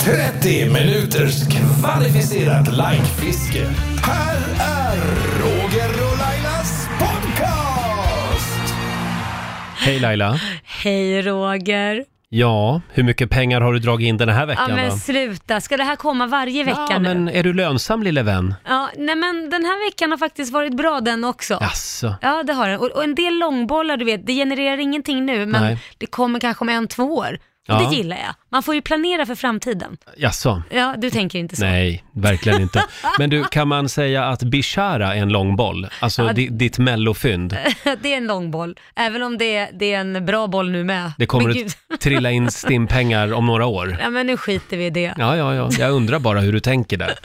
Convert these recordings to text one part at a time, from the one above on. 30 minuters kvalificerat likefiske. Här är Roger och Lailas podcast! Hej Laila. Hej Roger. Ja, hur mycket pengar har du dragit in den här Ja veckan men då? sluta, ska det här komma varje vecka ja, nu? men är du lönsam lille vän? Ja, nej men den här veckan har faktiskt varit bra den också. Jaså? Ja det har den. Och, och en del långbollar du vet, det genererar ingenting nu men Nej. det kommer kanske om en, två år. Och Ja. det gillar jag. Man får ju planera för framtiden. Jaså? Ja, du tänker inte så. Nej, verkligen inte. Men du, kan man säga att Bishara är en långboll? Alltså di- ditt mellofynd. det är en långboll. Även om det är, det är en bra boll nu med. Det kommer men att trilla in stimpengar om några år. Ja men nu skiter vi i det. Ja, ja, ja. Jag undrar bara hur du tänker där.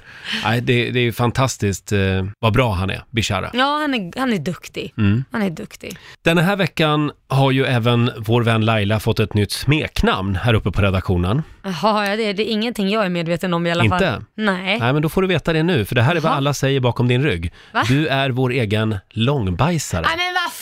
Nej, det, det är ju fantastiskt eh, vad bra han är, Bishara. Ja, han är, han är duktig. Mm. Han är duktig. Den här veckan har ju även vår vän Laila fått ett nytt smeknamn här uppe på redaktionen. Jaha, har jag det? Det är ingenting jag är medveten om i alla fall. Inte? Nej. Nej, men då får du veta det nu, för det här är vad Eh. Jaha. alla säger bakom din rygg. Va? Ah, Du är vår egen långbajsare. Nej men vad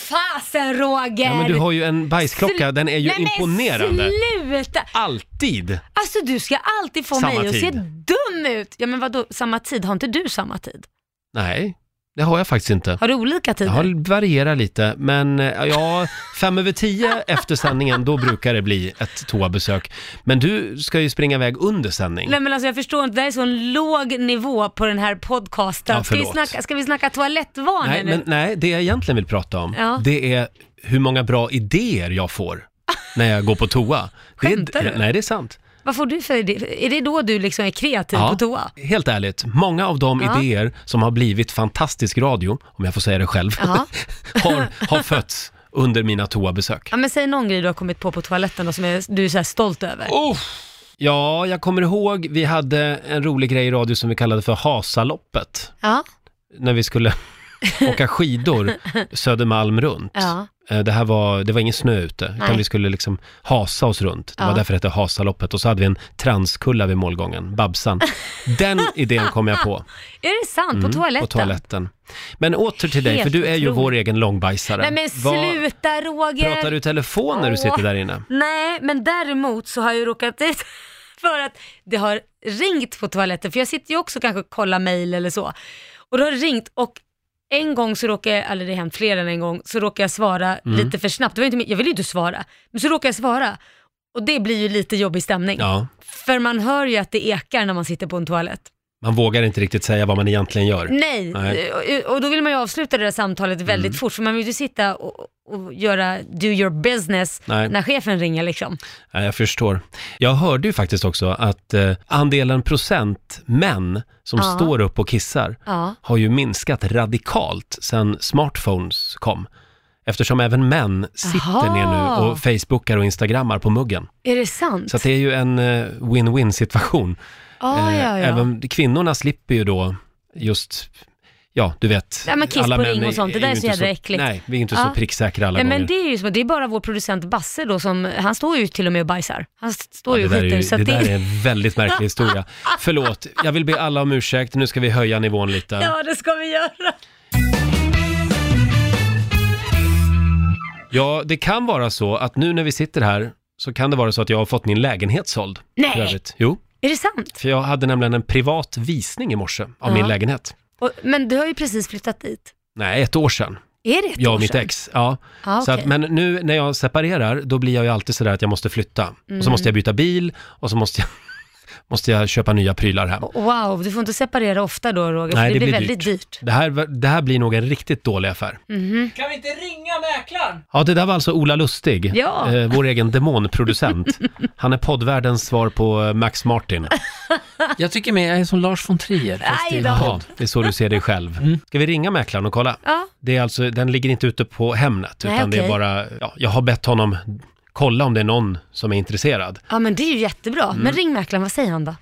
fasen Roger! Ja, men du har ju en bajsklocka, den är ju Nej, imponerande. Men sluta! Alltid! Alltså du ska alltid få Samma mig att se tid. dum ut. Ja men vadå, samma tid? Har inte du samma tid? Nej, det har jag faktiskt inte. Har du olika tider? Jag har varierar lite, men eh, ja, fem över tio efter sändningen, då brukar det bli ett toabesök. Men du ska ju springa iväg under sändning. Nej men alltså jag förstår inte, det här är så en låg nivå på den här podcasten. Ja, ska, vi förlåt. snacka, ska vi snacka toalettvanor Nej, nu? men, nej, det jag egentligen vill prata om, Ja. det är hur många bra idéer jag får när jag går på toa. Det Skämtar är, du? nej, det är sant. Vad får du för idé? Är det då du liksom är kreativ på toa? Helt ärligt, många av de Ja. idéer som har blivit fantastisk radio, om jag får säga det själv, Ja. har, har fötts under mina toabesök. Ja men säg någon grej du har kommit på på toaletten då, som är, du är så här stolt över. Ja, jag kommer ihåg, vi hade en rolig grej i radio som vi kallade för Hasaloppet, Ja, när vi skulle åka skidor Södermalm runt. ja. Eh, Det här var, det var ingen snö ute, utan Nej. vi skulle liksom hasa oss runt. Det var Ja. därför det hette Hasaloppet. Och så hade vi en transkulla vid målgången, Babsan. Den idén kom jag på. Är det sant? på toaletten? Mm, På toaletten. Men åter till dig, Helt för du är ju otroligt. vår egen långbajsare. Nej men Vad- sluta Roger! Pratar du i telefon när du sitter där inne? Nej, men däremot så har jag ju råkat ut för att det har ringt på toaletten, för jag sitter ju också kanske och kollar mail eller så. Och det har ringt och en gång så råkar jag, eller det har hänt fler än en gång, så råkar jag svara Mm. lite för snabbt. Det var inte, min- jag ville ju inte svara, men så råkar jag svara. Och det blir ju lite jobbig stämning. Ja, För man hör ju att det ekar när man sitter på en toalett. man vågar inte riktigt säga vad man egentligen gör. Nej, Eh, Och, och då vill man ju avsluta det där samtalet Mm. väldigt fort, för man vill ju inte sitta och, och göra do your business Nej. när chefen ringer liksom. Ja, jag förstår. Jag hörde ju faktiskt också att eh, andelen procent män som Ja. står upp och kissar Ja. har ju minskat radikalt sedan smartphones kom. Eftersom även män sitter Aha. ner nu och facebookar och instagrammar på muggen. Är det sant? Så att det är ju en eh, win-win situation. ah, Eh, ja, ja. Även kvinnorna slipper ju då just, ja du vet. Ja, men kiss på ring och sånt, det där ju är så inte jävla äckligt. Nej, vi är ju inte Ja. så pricksäkra alla Nej, gånger. Eh, men det är ju som, det är bara vår producent Basse då som, han står ju till och med och bajsar. Han st- står ju det och där, är skiter. ju, så det att det, där är en väldigt märklig historia. Förlåt, jag vill be alla om ursäkt. Nu ska vi höja nivån lite. Ja, det ska vi göra. Ja, det kan vara så att nu när vi sitter här så kan det vara så att jag har fått min lägenhet såld. Nej. För övrigt. Jo, Är det sant? för jag hade nämligen en privat visning i morse av min Ja. lägenhet. Och, men du har ju precis flyttat dit. Nej, ett år sedan. Är det ett Jag år och mitt sedan? Ah, ex. Ja. Ja, Så okej. att, men nu när jag separerar, då blir jag ju alltid sådär att jag måste flytta. Och Mm. så måste jag byta bil och så måste jag, måste jag köpa nya prylar hem. Wow, du får inte separera ofta då Roger, Nej, för det, det blir blir väldigt dyrt. Det här, det här blir nog en riktigt dålig affär. Mm. Kan vi inte ringa mäklaren? Ja, det där var alltså Ola Lustig, Ja. eh, vår egen demonproducent. Han är poddvärldens svar på eh, Max Martin. Jag tycker mer jag är som Lars von Trier. fast Aj i- då. Ja, det är så du ser dig själv. Ska vi ringa mäklaren och kolla? Ja. Det är alltså, den ligger inte ute på Hemnet, Nej, utan det är okej. bara, ja, jag har bett honom kolla om det är någon som är intresserad. Ja, men det är ju jättebra. Mm. Men ring mäklaren, vad säger han då?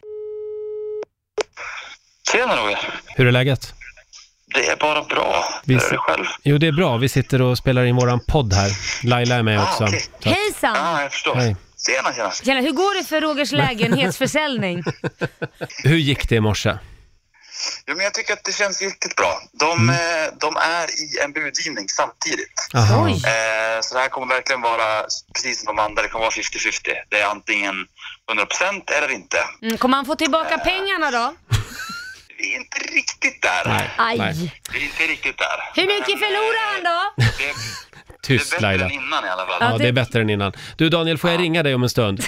Tjena Roger. Hur är läget? Det är bara bra. Vi Hur ser- är det själv? Jo, det är bra. Vi sitter och spelar in våran podd här. Laila är med Ah, också. okej. Så att- Ja, Hejsan! ah, jag förstår. Hej. Tjena, tjena. Tjena, hur går det för Rogers lägenhetsförsäljning? Hur gick det i morse? Jo, men jag tycker att det känns riktigt bra. De, Mm. eh, de är i en budgivning samtidigt. Aha. Oj. Eh, så det här kommer verkligen vara precis som de andra. Det kommer vara 50-50. Det är antingen 100% eller inte. Mm, kommer han få tillbaka pengarna då? Vi är inte riktigt där. Aj. Nej. Vi är inte riktigt där. Hur mycket Men, eh, förlorar han då? Det, det Tyst är bättre Laila. än innan i alla fall. Ja, det är bättre än innan. Du Daniel, får jag ringa dig om en stund?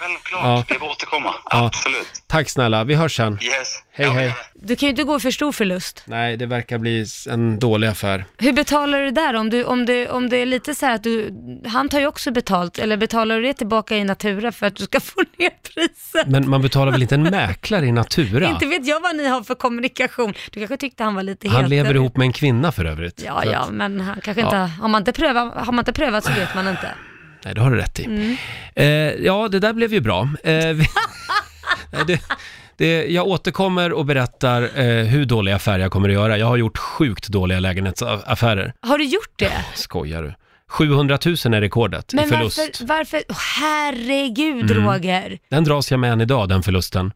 Självklart, Ja. det får återkomma. Ja. Absolut. Tack snälla, vi hörs sen. Yes. Hej, Ja, hej. Du kan ju inte gå för stor förlust. Nej, det verkar bli s- en dålig affär. Hur betalar du där om, du, om, du, om det är lite så här att du, han tar ju också betalt, eller betalar du det tillbaka i natura för att du ska få ner priset? Men man betalar väl inte en mäklare i Natura? Inte vet jag vad ni har för kommunikation. Du kanske tyckte han var lite Han het. lever ihop med en kvinna för övrigt. Ja, Så att- ja, men han kanske inte, har, man inte prövat, har man inte prövat så vet man inte. Nej, det har du rätt i. Mm. Eh, ja, det där blev ju bra. Eh, vi... Nej, det, det, jag återkommer och berättar eh, hur dåliga affärer jag kommer att göra. Jag har gjort sjukt dåliga lägenhetsaffärer. Har du gjort det? Skojar du? 700 000 är rekordet i Men förlust. Mm. varför, varför, åh, herregud Roger. Den dras jag med än idag, den förlusten.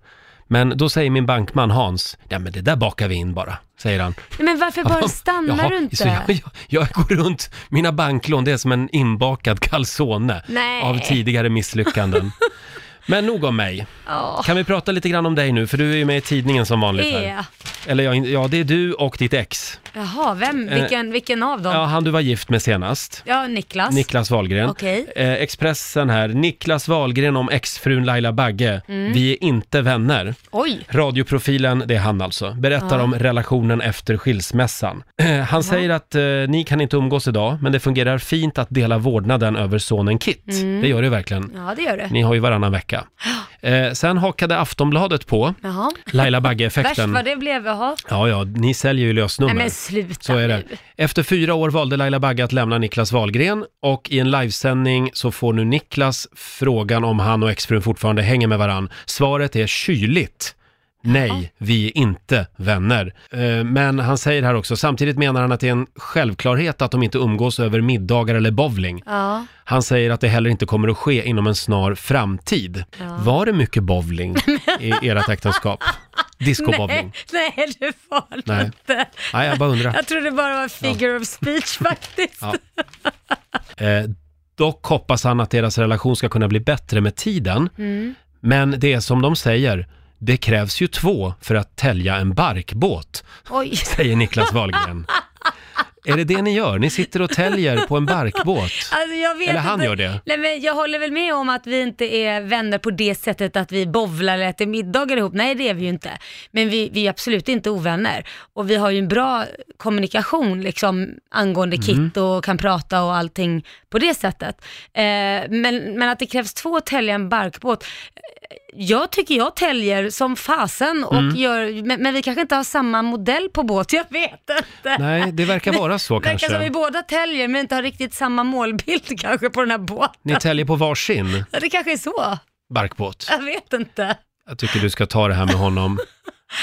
Men då säger min bankman Hans, ja men det där bakar vi in bara, säger han. Nej, Men varför bara stannar Jaha, du Så jag, inte? jag, jag går runt, mina banklån, det är som en inbakad calzone Nej. av tidigare misslyckanden. Men nog om mig. Ja, Kan vi prata lite grann om dig nu? För du är ju med i tidningen som vanligt här. ja. Eller ja, in- ja, det är du och ditt ex. Jaha, vem, vilken, vilken av dem? Eh, Ja, Ja, han du var gift med senast. Niklas. Niklas Wahlgren. Okej. Eh, Expressen här. Niklas Wahlgren om exfrun Laila Bagge. Mm. Vi är inte vänner. Oj, Radioprofilen, det är han alltså, berättar om relationen efter skilsmässan. Han säger att eh, ni kan inte umgås idag, men det fungerar fint att dela vårdnaden över sonen Kit. Mm. Det gör det verkligen. ja det gör det. Ni har ju varannan vecka. Eh, sen hakade Aftonbladet på Jaha. Laila Värst Bagge-effekten. vad det blev, jaha. Ja, ja, ni säljer ju lösnummer. Nej men sluta Så är det. nu. Efter fyra år valde Laila Bagge att lämna Niklas Wahlgren och i en livesändning så får nu Niklas frågan om han och exfrun fortfarande hänger med varann. Svaret är kyligt. Nej, vi är inte vänner. Eh, Men han säger här också, samtidigt menar han att det är en självklarhet att de inte umgås över middagar eller bowling. Ja. Han säger att det heller inte kommer att ske inom en snar framtid. Var det mycket bowling i ert äktenskap? Discobowling? Nej, nej, det var Nej. det inte. Nej, jag bara undrar. Jag trodde det bara var figure of speech faktiskt. Ja. Eh, dock hoppas han att deras relation ska kunna bli bättre med tiden. Men det är som de säger, det krävs ju två för att tälja en barkbåt, Oj, säger Niklas Wahlgren. är det det ni gör? Ni sitter och täljer på en barkbåt? alltså jag vet Eller han inte. gör det. Nej, men jag håller väl med om att vi inte är vänner på det sättet att vi bovlar eller äter middagar ihop. Nej, det är vi ju inte. Men vi, vi är absolut inte ovänner. Och vi har ju en bra kommunikation liksom, angående Mm. Kit och kan prata och allting på det sättet. Eh, men, men att det krävs två att tälja en barkbåt. Jag tycker jag täljer som fasen och Mm. gör, men, men vi kanske inte har samma modell på båt, jag vet inte. Nej, det verkar vara så Det verkar som vi kanske. båda täljer men inte har riktigt samma målbild kanske på den här båten. Ni täljer på varsin Ja, Det kanske är så. barkbåt. Jag vet inte. Jag tycker du ska ta det här med honom.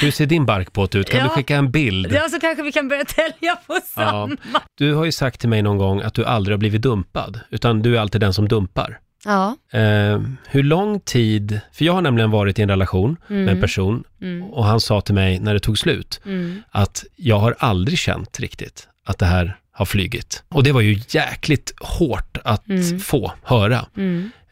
Hur ser din barkbåt ut? Kan du Ja. skicka en bild? Ja, så kanske vi kan börja tälja på Ja. samma. Du har ju sagt till mig någon gång att du aldrig har blivit dumpad, utan du är alltid den som dumpar. Ja. Eh, hur lång tid, för jag har nämligen varit i en relation med en person och han sa till mig när det tog slut Mm. att jag har aldrig känt riktigt att det här har flygit. Och det var ju jäkligt hårt att få höra.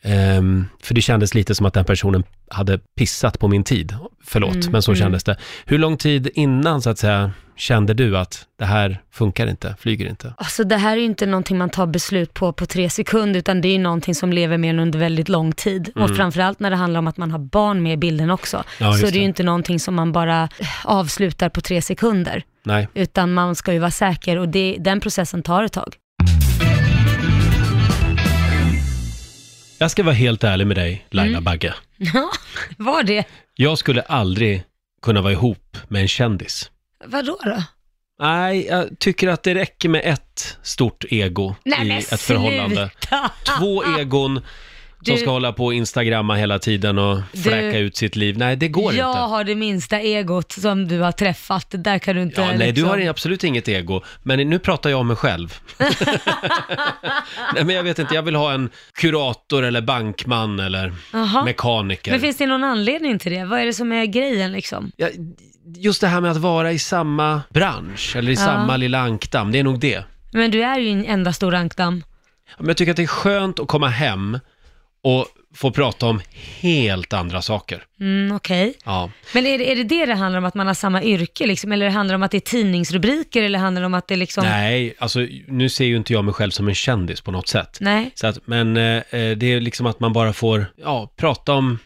Ehm, för det kändes lite som att den personen hade pissat på min tid. Förlåt, men så kändes det. Hur lång tid innan så att säga kände du att det här funkar inte, flyger inte? Alltså det här är ju inte någonting man tar beslut på på tre sekunder utan det är ju någonting som lever med en under väldigt lång tid. Och framförallt när det handlar om att man har barn med i bilden också. Mm. Ja, just så det är det. ju inte någonting som man bara eh, avslutar på tre sekunder. Nej. Utan man ska ju vara säker och det, den processen tar ett tag. Jag ska vara helt ärlig med dig, Laila Bagge. Ja, var det? Jag skulle aldrig kunna vara ihop med en kändis. Vadå då? Nej, jag tycker att det räcker med ett stort ego Nej, i men ett förhållande. sluta. Ah, Två egon som Du- ska hålla på och instagramma hela tiden och fräcka ut sitt liv. Nej, det går jag inte. har det minsta egot som du har träffat. Det Där kan du inte... Ja, nej, du liksom- har absolut inget ego, men nu pratar jag om mig själv. nej, men jag vet inte, jag vill ha en kurator eller bankman eller Jaha. mekaniker. Men finns det någon anledning till det? Vad är det som är grejen liksom? Ja, just det här med att vara i samma bransch eller i samma lilla ankdamm, det är nog det. Men du är ju en enda stor ankdamm. Ja, Men jag tycker att det är skönt att komma hem och får prata om helt andra saker. Mm, okej. Ja. Men är det, är det det det handlar om, att man har samma yrke liksom? Eller handlar det om att det är tidningsrubriker eller handlar det om att det är liksom... Nej, alltså nu ser ju inte jag mig själv som en kändis på något sätt. Nej. Så att, men eh, eh, det är liksom att man bara får ja, prata om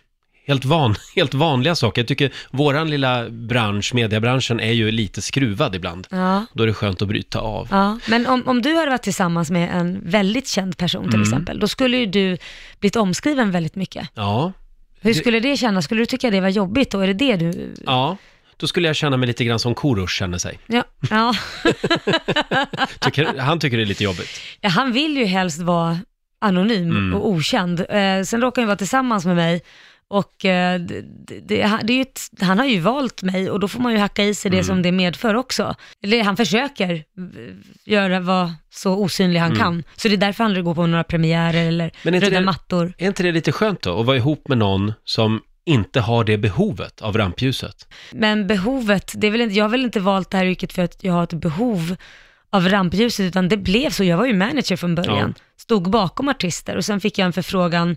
helt, van, helt vanliga saker. Jag tycker våran lilla bransch, mediebranschen, är ju lite skruvad ibland. Ja. Då är det skönt att bryta av. Ja, men om, om du hade varit tillsammans med en väldigt känd person Mm. till exempel, då skulle ju du blivit omskriven väldigt mycket. Ja, Hur Det- skulle det kännas? Skulle du tycka det var jobbigt då? Är det det du... ja. Då skulle jag känna mig lite grann som Korosh känner sig. Ja, ja. Tycker, han tycker det är lite jobbigt. ja han vill ju helst vara anonym Mm. och okänd. Eh, sen råkar han ju vara tillsammans med mig och eh, det, det, det, han- det är ju ett, han har ju valt mig och då får man ju hacka i sig Mm. det som det medför också. Eller han försöker eh, göra vad så osynlig han kan. Så det är därför han aldrig går på några premiärer eller Mm. Men är inte röda det- mattor. Är inte det lite skönt då, att vara ihop med någon som inte har det behovet av rampljuset? Men behovet, det är väl inte, jag har väl inte valt det här yrket för att jag har ett behov av rampljuset, utan det blev så. Jag var ju manager från början, stod bakom artister och sen fick jag en förfrågan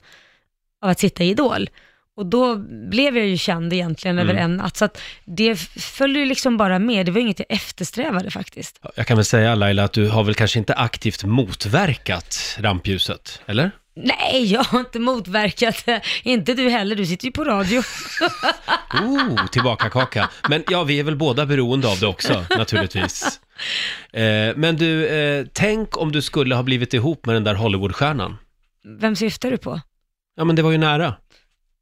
av att sitta i Idol. Och då blev jag ju känd egentligen Mm. över en natt, så att det f- följde ju liksom bara med. Det var inget jag eftersträvade faktiskt. Jag kan väl säga Laila att du har väl kanske inte aktivt motverkat rampljuset, eller? Nej, jag har inte motverkat det. Inte du heller, du sitter ju på radio. Oh, tillbaka kaka. Men ja, vi är väl båda beroende av det också, naturligtvis. Eh, men du, eh, tänk om du skulle ha blivit ihop med den där Hollywoodstjärnan. Vem syftar du på? Ja, men det var ju nära.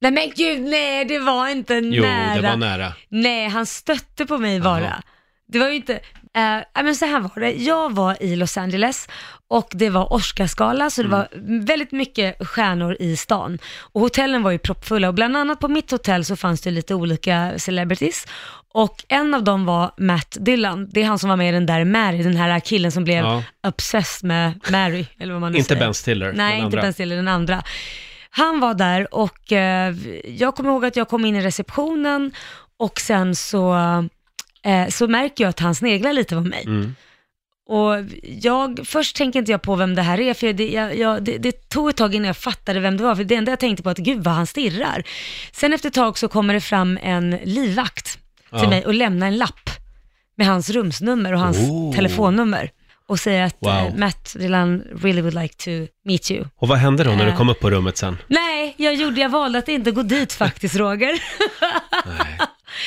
Nej men gud, nej det var inte Jo, nära. det var nära. Nej, han stötte på mig bara. Jaha. Det var ju inte, eh, nej, men så här var det. Jag var i Los Angeles och det var Oscarsgala, så det Mm. var väldigt mycket stjärnor i stan. Och hotellen var ju proppfulla och bland annat på mitt hotell så fanns det lite olika celebrities. Och en av dem var Matt Dillon, det är han som var med i den där Mary, den här killen som blev Ja. obsessed med Mary, eller vad man nu Inte säger. Ben Stiller, Nej, den inte andra. Ben Stiller, den andra. Han var där och eh, jag kommer ihåg att jag kom in i receptionen och sen så, eh, så märker jag att han sneglar lite på mig. Mm. Och jag, först tänker inte jag på vem det här är, för det, jag, jag, det, det tog ett tag innan jag fattade vem det var, för det enda jag tänkte på var att gud vad han stirrar. Sen efter ett tag så kommer det fram en livvakt till Ja. mig och lämnar en lapp med hans rumsnummer och hans Oh. telefonnummer och säger att Wow. eh, Matt Dylan really would like to meet you. Och vad hände då när du Eh. kom upp på rummet sen? Nej, jag, gjorde, jag valde att inte gå dit faktiskt Roger.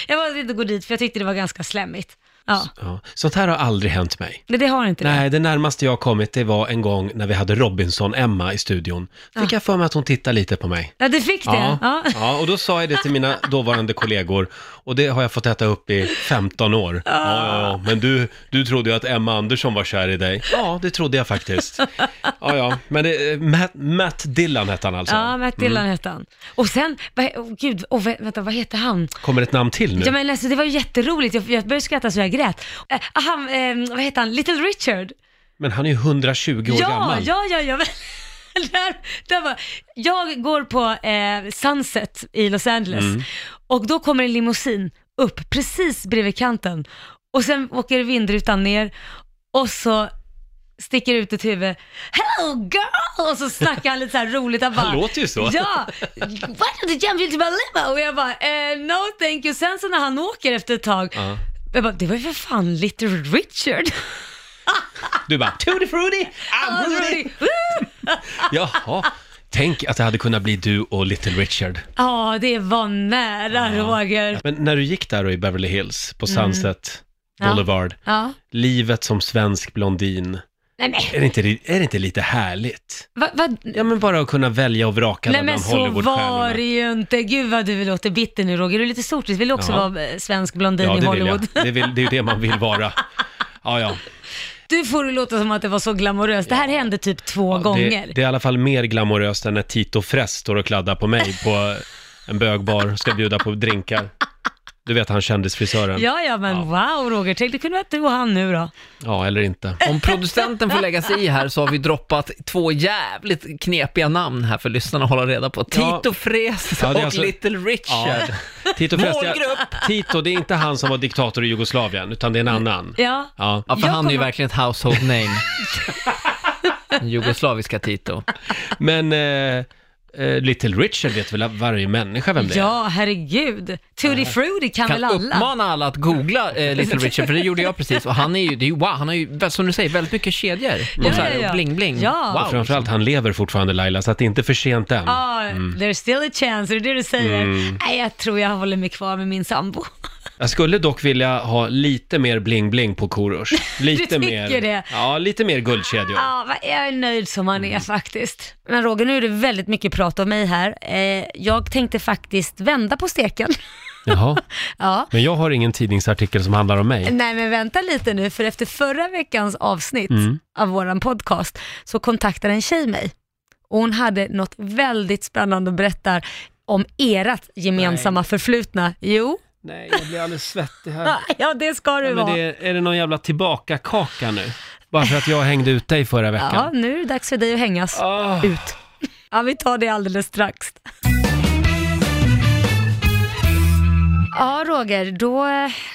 jag valde att inte gå dit för jag tyckte det var ganska slemmigt. Ja, Ja. Sånt här har aldrig hänt mig. men det har inte det. Nej, det närmaste jag har kommit det var en gång när vi hade Robinson-Emma i studion. Fick jag för mig att hon tittade lite på mig. Ja, du fick Ah. det? Ja, Ja. ja, och då sa jag det till mina dåvarande kollegor och det har jag fått äta upp i 15 år. Ah. Ja, ja, ja. men du, du trodde ju att Emma Andersson var kär i dig. Ja, det trodde jag faktiskt. Ja, ja, men det, Matt, Matt Dillon hette han alltså. Ja, Matt Dillon hette han. Och sen, vad he- åh gud, oh, vänta, vad heter han? Kommer ett namn till nu? Ja men alltså det var ju jätteroligt, jag, jag började skratta så jag grät. Eh, han, eh, vad heter han, Little Richard? Men han är ju 120 år ja, gammal. ja, ja, ja, men- Där, där var, jag går på eh, Sunset i Los Angeles Mm. och då kommer en limousin upp precis bredvid kanten och sen åker vindrutan ner och så sticker ut ett huvud. Hello girl! Och så snackar han lite så här roligt. Han, bara, Han låter ju så. Ja! Why did you jump into my limo? Och jag bara, eh, no thank you. Sen så när han åker efter ett tag, Ja. jag bara, det var ju för fan Little Richard. Du bara, Tutti Frutti! Ah, Rudy! Jaha, tänk att det hade kunnat bli du och Little Richard. Ja, det var nära Roger. Men när du gick där då i Beverly Hills på Sunset Mm. Ja. Boulevard, Ja. livet som svensk blondin, Nej men, Är det inte, är det inte lite härligt? va, va? Ja, men bara att kunna välja och vraka Nej men bland så var det Hollywoodstjärnorna. ju inte. Gud vad du låter bitter nu Roger. Du är lite sortis. Vill du också Ja. vara eh, svensk blondin Ja, i det vill jag. Hollywood? Det, vill, det är ju det man vill vara. Ja, ja. Du får det låta som att det var så glamoröst. Det här hände typ två Det, gånger. det är i alla fall mer glamoröst än när Tito Fress står och kladdar på mig på en bögbar och ska bjuda på drinkar. Du vet han kändisfrisören? Ja, ja men wow Roger. Tänk det kunde vara du och han nu då. Ja, eller inte. Om producenten får lägga sig i här så har vi droppat två jävligt knepiga namn här för lyssnarna att hålla reda på. Ja. Tito Fres Ja, det är och alltså- Little Ja. Richard. Tito Fress, jag, Målgrupp! Tito, det är inte han som var diktator i Jugoslavien, utan det är en Mm. annan. Ja. Ja. Ja, för Jag han är ju kommer- verkligen ett household name. Den jugoslaviska Tito. Men eh, eh, Little Richard vet väl varje människa vem det är? Ja, herregud. Tutti Frutti kan, väl Kan alla? uppmana alla att googla eh, Little Richard, för det gjorde jag precis. Och han är ju, det är ju wow, han har ju, som du säger, väldigt mycket kedjor. Och Ja, så här, ja, ja. och bling bling. Ja. Och Wow. Framförallt, han lever fortfarande Laila, så att det är inte för sent än. Ja, Mm. there's still a chance, är det det du säger? Nej, jag tror jag håller mig kvar med min sambo. Jag skulle dock vilja ha lite mer bling-bling på Korosh. Lite tycker mer, det? Ja, lite mer guldkedjor. Ja, vad- jag är nöjd som han Mm. är faktiskt. Men Roger, nu är det väldigt mycket prat om mig här. Eh, jag tänkte faktiskt vända på steken. Jaha. ja. Men jag har ingen tidningsartikel som handlar om mig. Nej men vänta lite nu, för efter förra veckans avsnitt Mm. av våran podcast så kontaktade en tjej mig och hon hade något väldigt spännande att berätta om ert gemensamma förflutna. Jo, Nej, jag blir alldeles svettig här. ja det ska du Ja, men vara. det är, är det någon jävla tillbaka-kaka nu? Bara för att jag hängde ut dig förra Ja, veckan. nu är det dags för dig att hängas Ah. ut. Ja, vi tar det alldeles strax. Ja, Roger, då,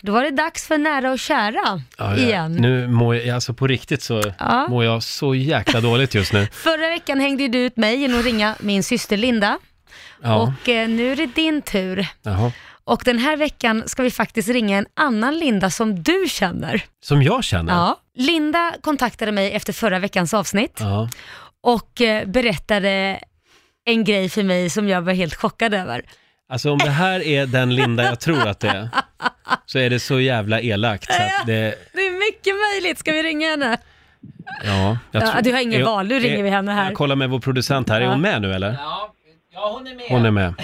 då var det dags för nära och kära Ja, ja. igen. Nu mår jag, alltså på riktigt så Ja. mår jag så jäkla dåligt just nu. Förra veckan hängde ju du ut mig genom att ringa min syster Linda Ja, och eh, nu är det din tur. jaha. Och den här veckan ska vi faktiskt ringa en annan Linda som du känner. Som jag känner. Ja. Linda kontaktade mig efter förra veckans avsnitt Ja. och eh, berättade en grej för mig som jag var helt chockad över. Alltså om det här är den Linda jag tror att det är, så är det så jävla elakt. Så att det, Det är mycket möjligt, ska vi ringa henne? ja, jag Ja, tror- du har ingen är- val. Nu ringer är- vi henne här. Jag kollar med vår producent här, är hon med nu eller? Ja, ja, hon är med. Hon är med.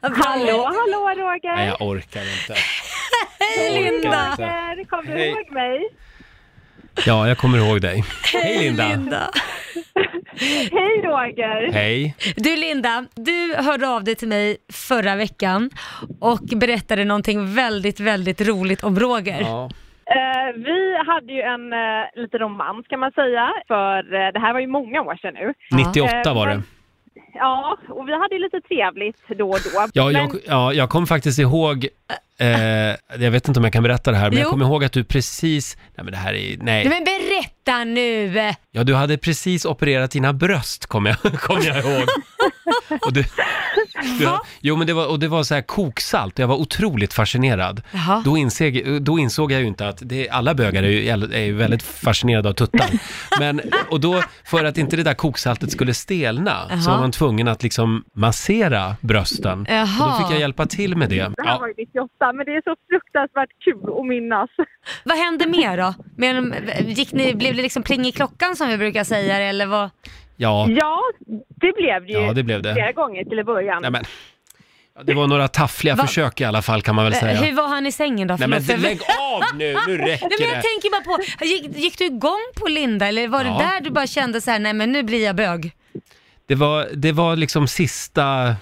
Hallå, hallå Nej, Roger! jag orkar inte. Hej orkar Linda! inte. Roger, Kommer du Hej. ihåg mig? Ja, jag kommer ihåg dig. Hej Linda! Linda. Hej Roger! Hej! Du Linda, du hörde av dig till mig förra veckan och berättade någonting väldigt, väldigt roligt om Roger. Ja. Eh, vi hade ju en eh, liten romans kan man säga, för eh, det här var ju många år sedan nu. Eh, 98 var det. Men- Ja, och vi hade ju lite trevligt då och då. Ja, Men- jag, ja, jag kom faktiskt ihåg, eh, jag vet inte om jag kan berätta det här, men jag Jo. kommer ihåg att du precis, nej men det här är, nej, Men berätta nu! ja du hade precis opererat dina bröst kommer jag, kom jag ihåg. Och du, du, jo men det var, och det var så här koksalt och jag var otroligt fascinerad. Jaha. Då, insåg, då insåg jag ju inte att det, alla bögar är ju, är ju väldigt fascinerade av tuttar. Men, och då, för att inte det där koksaltet skulle stelna, så Jaha. var man tvungen att liksom massera brösten. Och då Jaha. fick jag hjälpa till med det. Det här Ja. var ju 98, men det är så fruktansvärt kul att minnas. Vad hände mer då? Men, gick ni, blev det liksom pling i klockan som vi brukar säga eller vad? Ja, Ja, det blev det ju Ja, det blev det. flera gånger till i början. nej men. Ja, Det var några taffliga Va? Eh, försök i alla fall kan man väl säga. Hur var han i sängen då? Nej men Förlåt, jag- lägg av nu, nu Nej, men räcker jag det. tänker bara på, gick, gick du igång på Linda eller var Ja. det där du bara kände så här, nej men nu blir jag bög? Det var, det var liksom sista,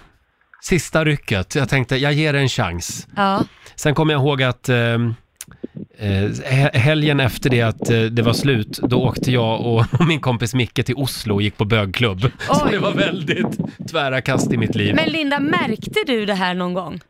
sista rycket. Jag tänkte, jag ger det en chans. Ja. Sen kommer jag ihåg att eh, eh, he- helgen efter det att eh, det var slut, då åkte jag och min kompis Micke till Oslo och gick på bögklubb. Så Oj. det var väldigt tvära kast i mitt liv. Men Linda, märkte du det här någon gång?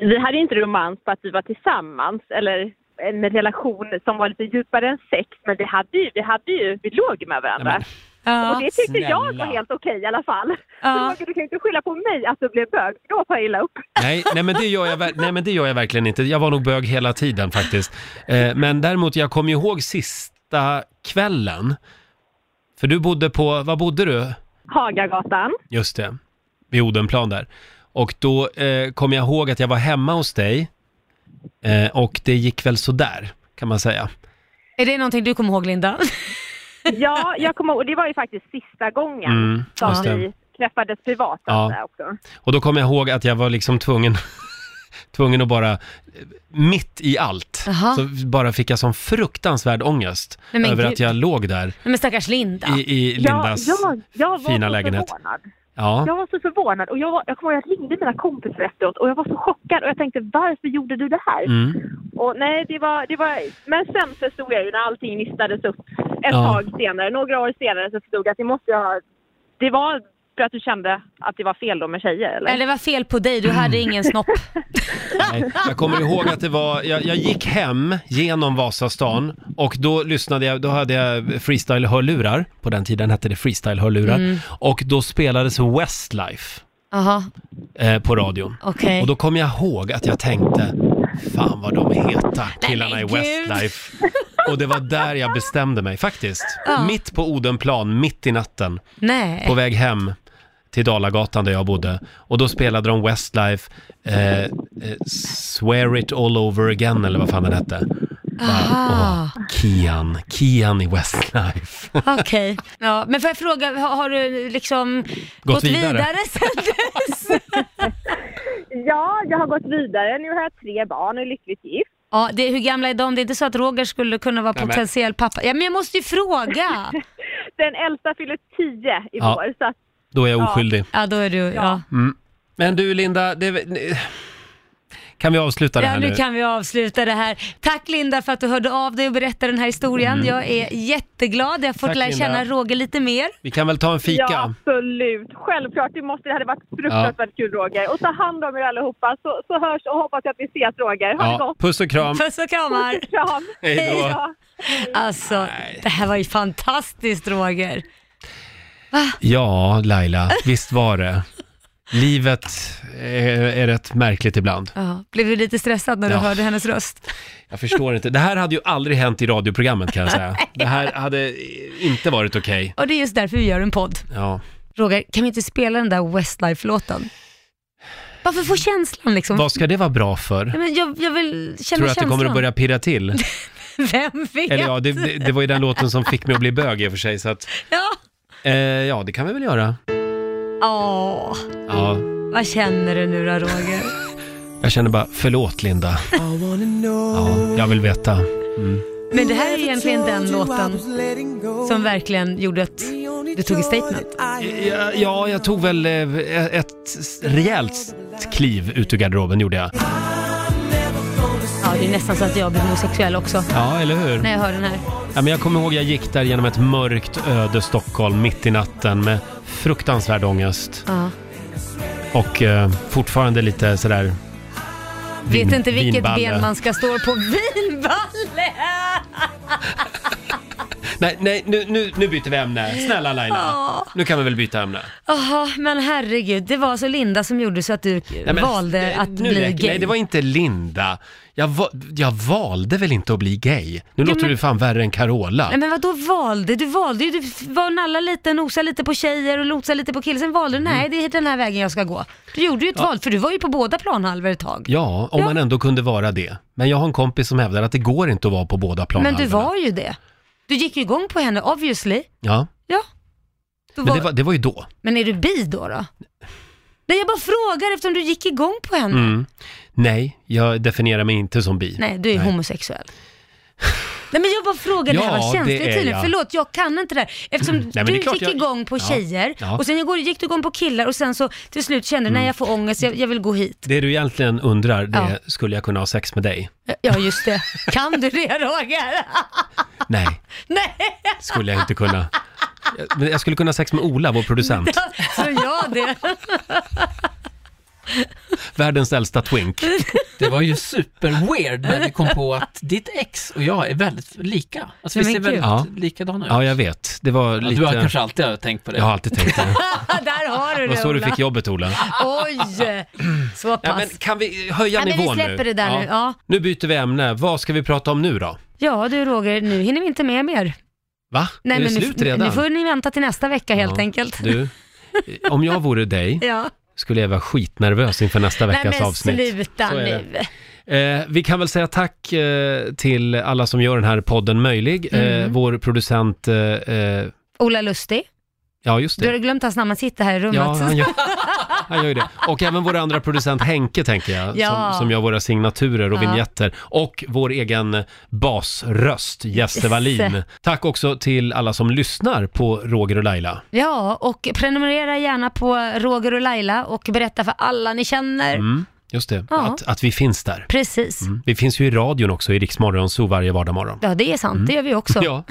Vi hade ju inte romans på att vi var tillsammans eller en relation som var lite djupare än sex, men vi hade ju, vi, hade ju, vi låg ju med varandra. Nej, men- Och det tyckte jag snälla. var helt okej i alla fall. Ja. Så du kan ju inte skylla på mig att du blev bög, då tar jag illa upp. Nej, nej, men det gör jag, ver- nej, men det gör jag verkligen inte. Jag var nog bög hela tiden faktiskt. Eh, men däremot, jag kommer ju ihåg sista kvällen. För du bodde på, vad bodde du? Hagagatan. Just det, vid Odenplan där. Och då eh, kom jag ihåg att jag var hemma hos dig. Eh, och det gick väl sådär, kan man säga. Är det någonting du kommer ihåg Linda? Ja, jag kommer ihåg, och det var ju faktiskt sista gången Mm, just som det. vi träffades privat. Ja. alltså, Också. Och då kom jag ihåg att jag var liksom tvungen, tvungen att bara, eh, mitt i allt, Jaha. så bara fick jag sån fruktansvärd ångest Nej, men över gud. att jag låg där Nej, men stackars Linda. i, i Lindas ja, jag, jag var fina så lägenhet. Förvånad. Ja, Jag var så förvånad och jag, var, jag kommer ihåg att jag ringde mina kompisar efteråt och jag var så chockad och jag tänkte varför gjorde du det här? mm. Och nej, det var, det var... Men sen förstod jag ju när allting nystades upp ett Ja. tag senare, några år senare, så förstod jag att det måste jag... Det var för att du kände att det var fel då med tjejer? Eller? Eller det var fel på dig, du hade ingen snopp. Nej, jag kommer ihåg att det var, jag, jag gick hem genom Vasastan och då lyssnade jag, då hade jag freestyle-hörlurar, på den tiden hette det freestyle-hörlurar, Mm. och då spelades Westlife Jaha, eh, på radion. okej. Och då kom jag ihåg att jag tänkte, fan vad de är heta, killarna men i gud. Westlife. Och det var där jag bestämde mig, faktiskt. Ja. Mitt på Odenplan, mitt i natten, Nej. på väg hem till Dalagatan där jag bodde. Och då spelade de Westlife, eh, eh, Swear It All Over Again, eller vad fan den hette. Aha. Kian, Kian i Westlife. Okej. Ja, men får jag fråga, har, har du liksom gått, vidare? vidare, sen dess? Ja, jag har gått vidare. Nu har jag tre barn och är lyckligt gift. Ja, det, hur gamla är de? Det är inte så att Roger skulle kunna vara Nej, men- potentiell pappa. Ja, men jag måste ju fråga. Den äldsta fyller tio i Ja. vår. Så att, Då är jag oskyldig. Ja, då är du, ja. Men du Linda, det... Kan vi avsluta det Ja, här nu? nu kan vi avsluta det här. Tack Linda för att du hörde av dig och berättade den här historien. Jag är jätteglad. Jag har fått Mm. Tack, Linda. lära känna Roger lite mer. Vi kan väl ta en fika? Ja, absolut. Självklart. Det, måste, det hade varit fruktansvärt kul, Roger. Och ta hand om er allihopa, så, så hörs och hoppas jag att vi ses, Roger. Ha det Ja, gott. puss och kram. Puss och kramar. Kram. Hej då. Alltså, det här var ju fantastiskt Roger. Ja, Laila, visst var det. Livet är, är rätt märkligt ibland. Ja, blev du lite stressad när du Ja. hörde hennes röst? Jag förstår inte. Det här hade ju aldrig hänt i radioprogrammet kan jag säga. Det här hade inte varit okej. Och det är just därför vi gör en podd. Ja. Roger, kan vi inte spela den där Westlife-låten? Varför få känslan liksom? Vad ska det vara bra för? Ja, men jag, jag vill känna Tror du att det känslan. kommer att börja pirra till? Vem vet? Eller ja, det, det, det var ju den låten som fick mig att bli bög i och för sig, så att, Ja. eh, ja, det kan vi väl göra. Åh, Ja, vad känner du nu då Roger? jag känner bara, förlåt Linda. Ja, jag vill veta. Men det här är egentligen den låten som verkligen gjorde att du tog ett statement. Ja, ja, jag tog väl eh, ett rejält kliv ut ur garderoben gjorde jag. Ja, det är nästan så att jag blir homosexuell också Ja, eller hur? när jag hör den här. Ja, men jag kommer ihåg jag gick där genom ett mörkt öde Stockholm mitt i natten med fruktansvärd ångest Ja. och eh, fortfarande lite sådär Vet vin- inte vilket vinballe. ben man ska stå på. Vinballe! Nej, nej nu, nu, nu byter vi ämne. Snälla Laila, Ja. nu kan vi väl byta ämne. Jaha, men herregud. Det var alltså Linda som gjorde så att du Nej, men, valde eh, att nu bli räcker- gay. Nej, det var inte Linda. Jag, va, jag valde väl inte att bli gay? Nu låter men- du fan värre än Carola. Nej men vadå valde? Du valde ju, du var och nallade lite, nosade lite på tjejer och lotsade lite på killar. Sen valde Mm. du, nej det är den här vägen jag ska gå. Du gjorde ju ett val, för du var ju på båda planhalvor ett tag. Ja, om man ändå kunde vara det. Men jag har en kompis som hävdar att det går inte att vara på båda men planhalvorna. du var ju det. Du gick ju igång på henne, obviously. Ja, Ja. Du men var... det var, det var ju då. men är du bi då? då? Nej jag bara frågar eftersom du gick igång på henne. Mm. Nej, jag definierar mig inte som bi. Nej, du är typ. Nej. homosexuell. Nej men jag bara frågar, det Ja, här var känsligt det är tydligen. jag. Förlåt, jag kan inte det här. Eftersom men det du är klart gick jag- igång på Ja, tjejer ja. Mm. och sen igår gick du igång på killar och sen så till slut kände du, nej jag får ångest, jag, jag vill gå hit. Det du egentligen undrar, det är, Ja. skulle jag kunna ha sex med dig? Ja just det. kan du det Roger? Nej, nej, skulle jag inte kunna. Jag- Men jag skulle kunna ha sex med Ola, vår producent. tror jag alltså, det. Världens äldsta twink. Det var ju superweird när vi kom på att ditt ex och jag är väldigt lika. Alltså vi Nej, ser men väldigt gud. Ja. likadana ut. Ja, jag vet. Det var Ja, lite... Du har kanske alltid har tänkt på det. Jag har alltid tänkt det. Där har du Det var det så du Ola. fick jobbet, Ola. Oj, så Ja, pass. men kan vi höja Ja, men vi nivån nu? släpper det där nu, ja. Nu byter vi ämne. Vad ska vi prata om nu då? Ja du Roger, nu hinner vi inte med mer. Va? Nej, är det men slut nu, redan? nu får ni vänta till nästa vecka helt Ja. enkelt. Du, om jag vore dig Ja. skulle jag vara skitnervös inför nästa Nej veckas men avsnitt. sluta Så är det. nu. Eh, vi kan väl säga tack eh, till alla som gör den här podden möjlig. Mm. Eh, vår producent, eh, eh, Ola Lustig. ja just Du har det. glömt hans namn, han sitter här i rummet. Ja, han gör, han gör ju det. Och även vår andra producent Henke, tänker jag, Ja. som, som gör våra signaturer och Ja. vignetter. Och vår egen basröst, Jesse Yes. Wallin. Tack också till alla som lyssnar på Roger och Laila. Ja, och prenumerera gärna på Roger och Laila och berätta för alla ni känner. Mm, just det, Ja. att, att vi finns där. Precis. Mm. Vi finns ju i radion också, i Riksmorgon, så varje vardag morgon. Ja, det är sant. Det gör vi också. Ja.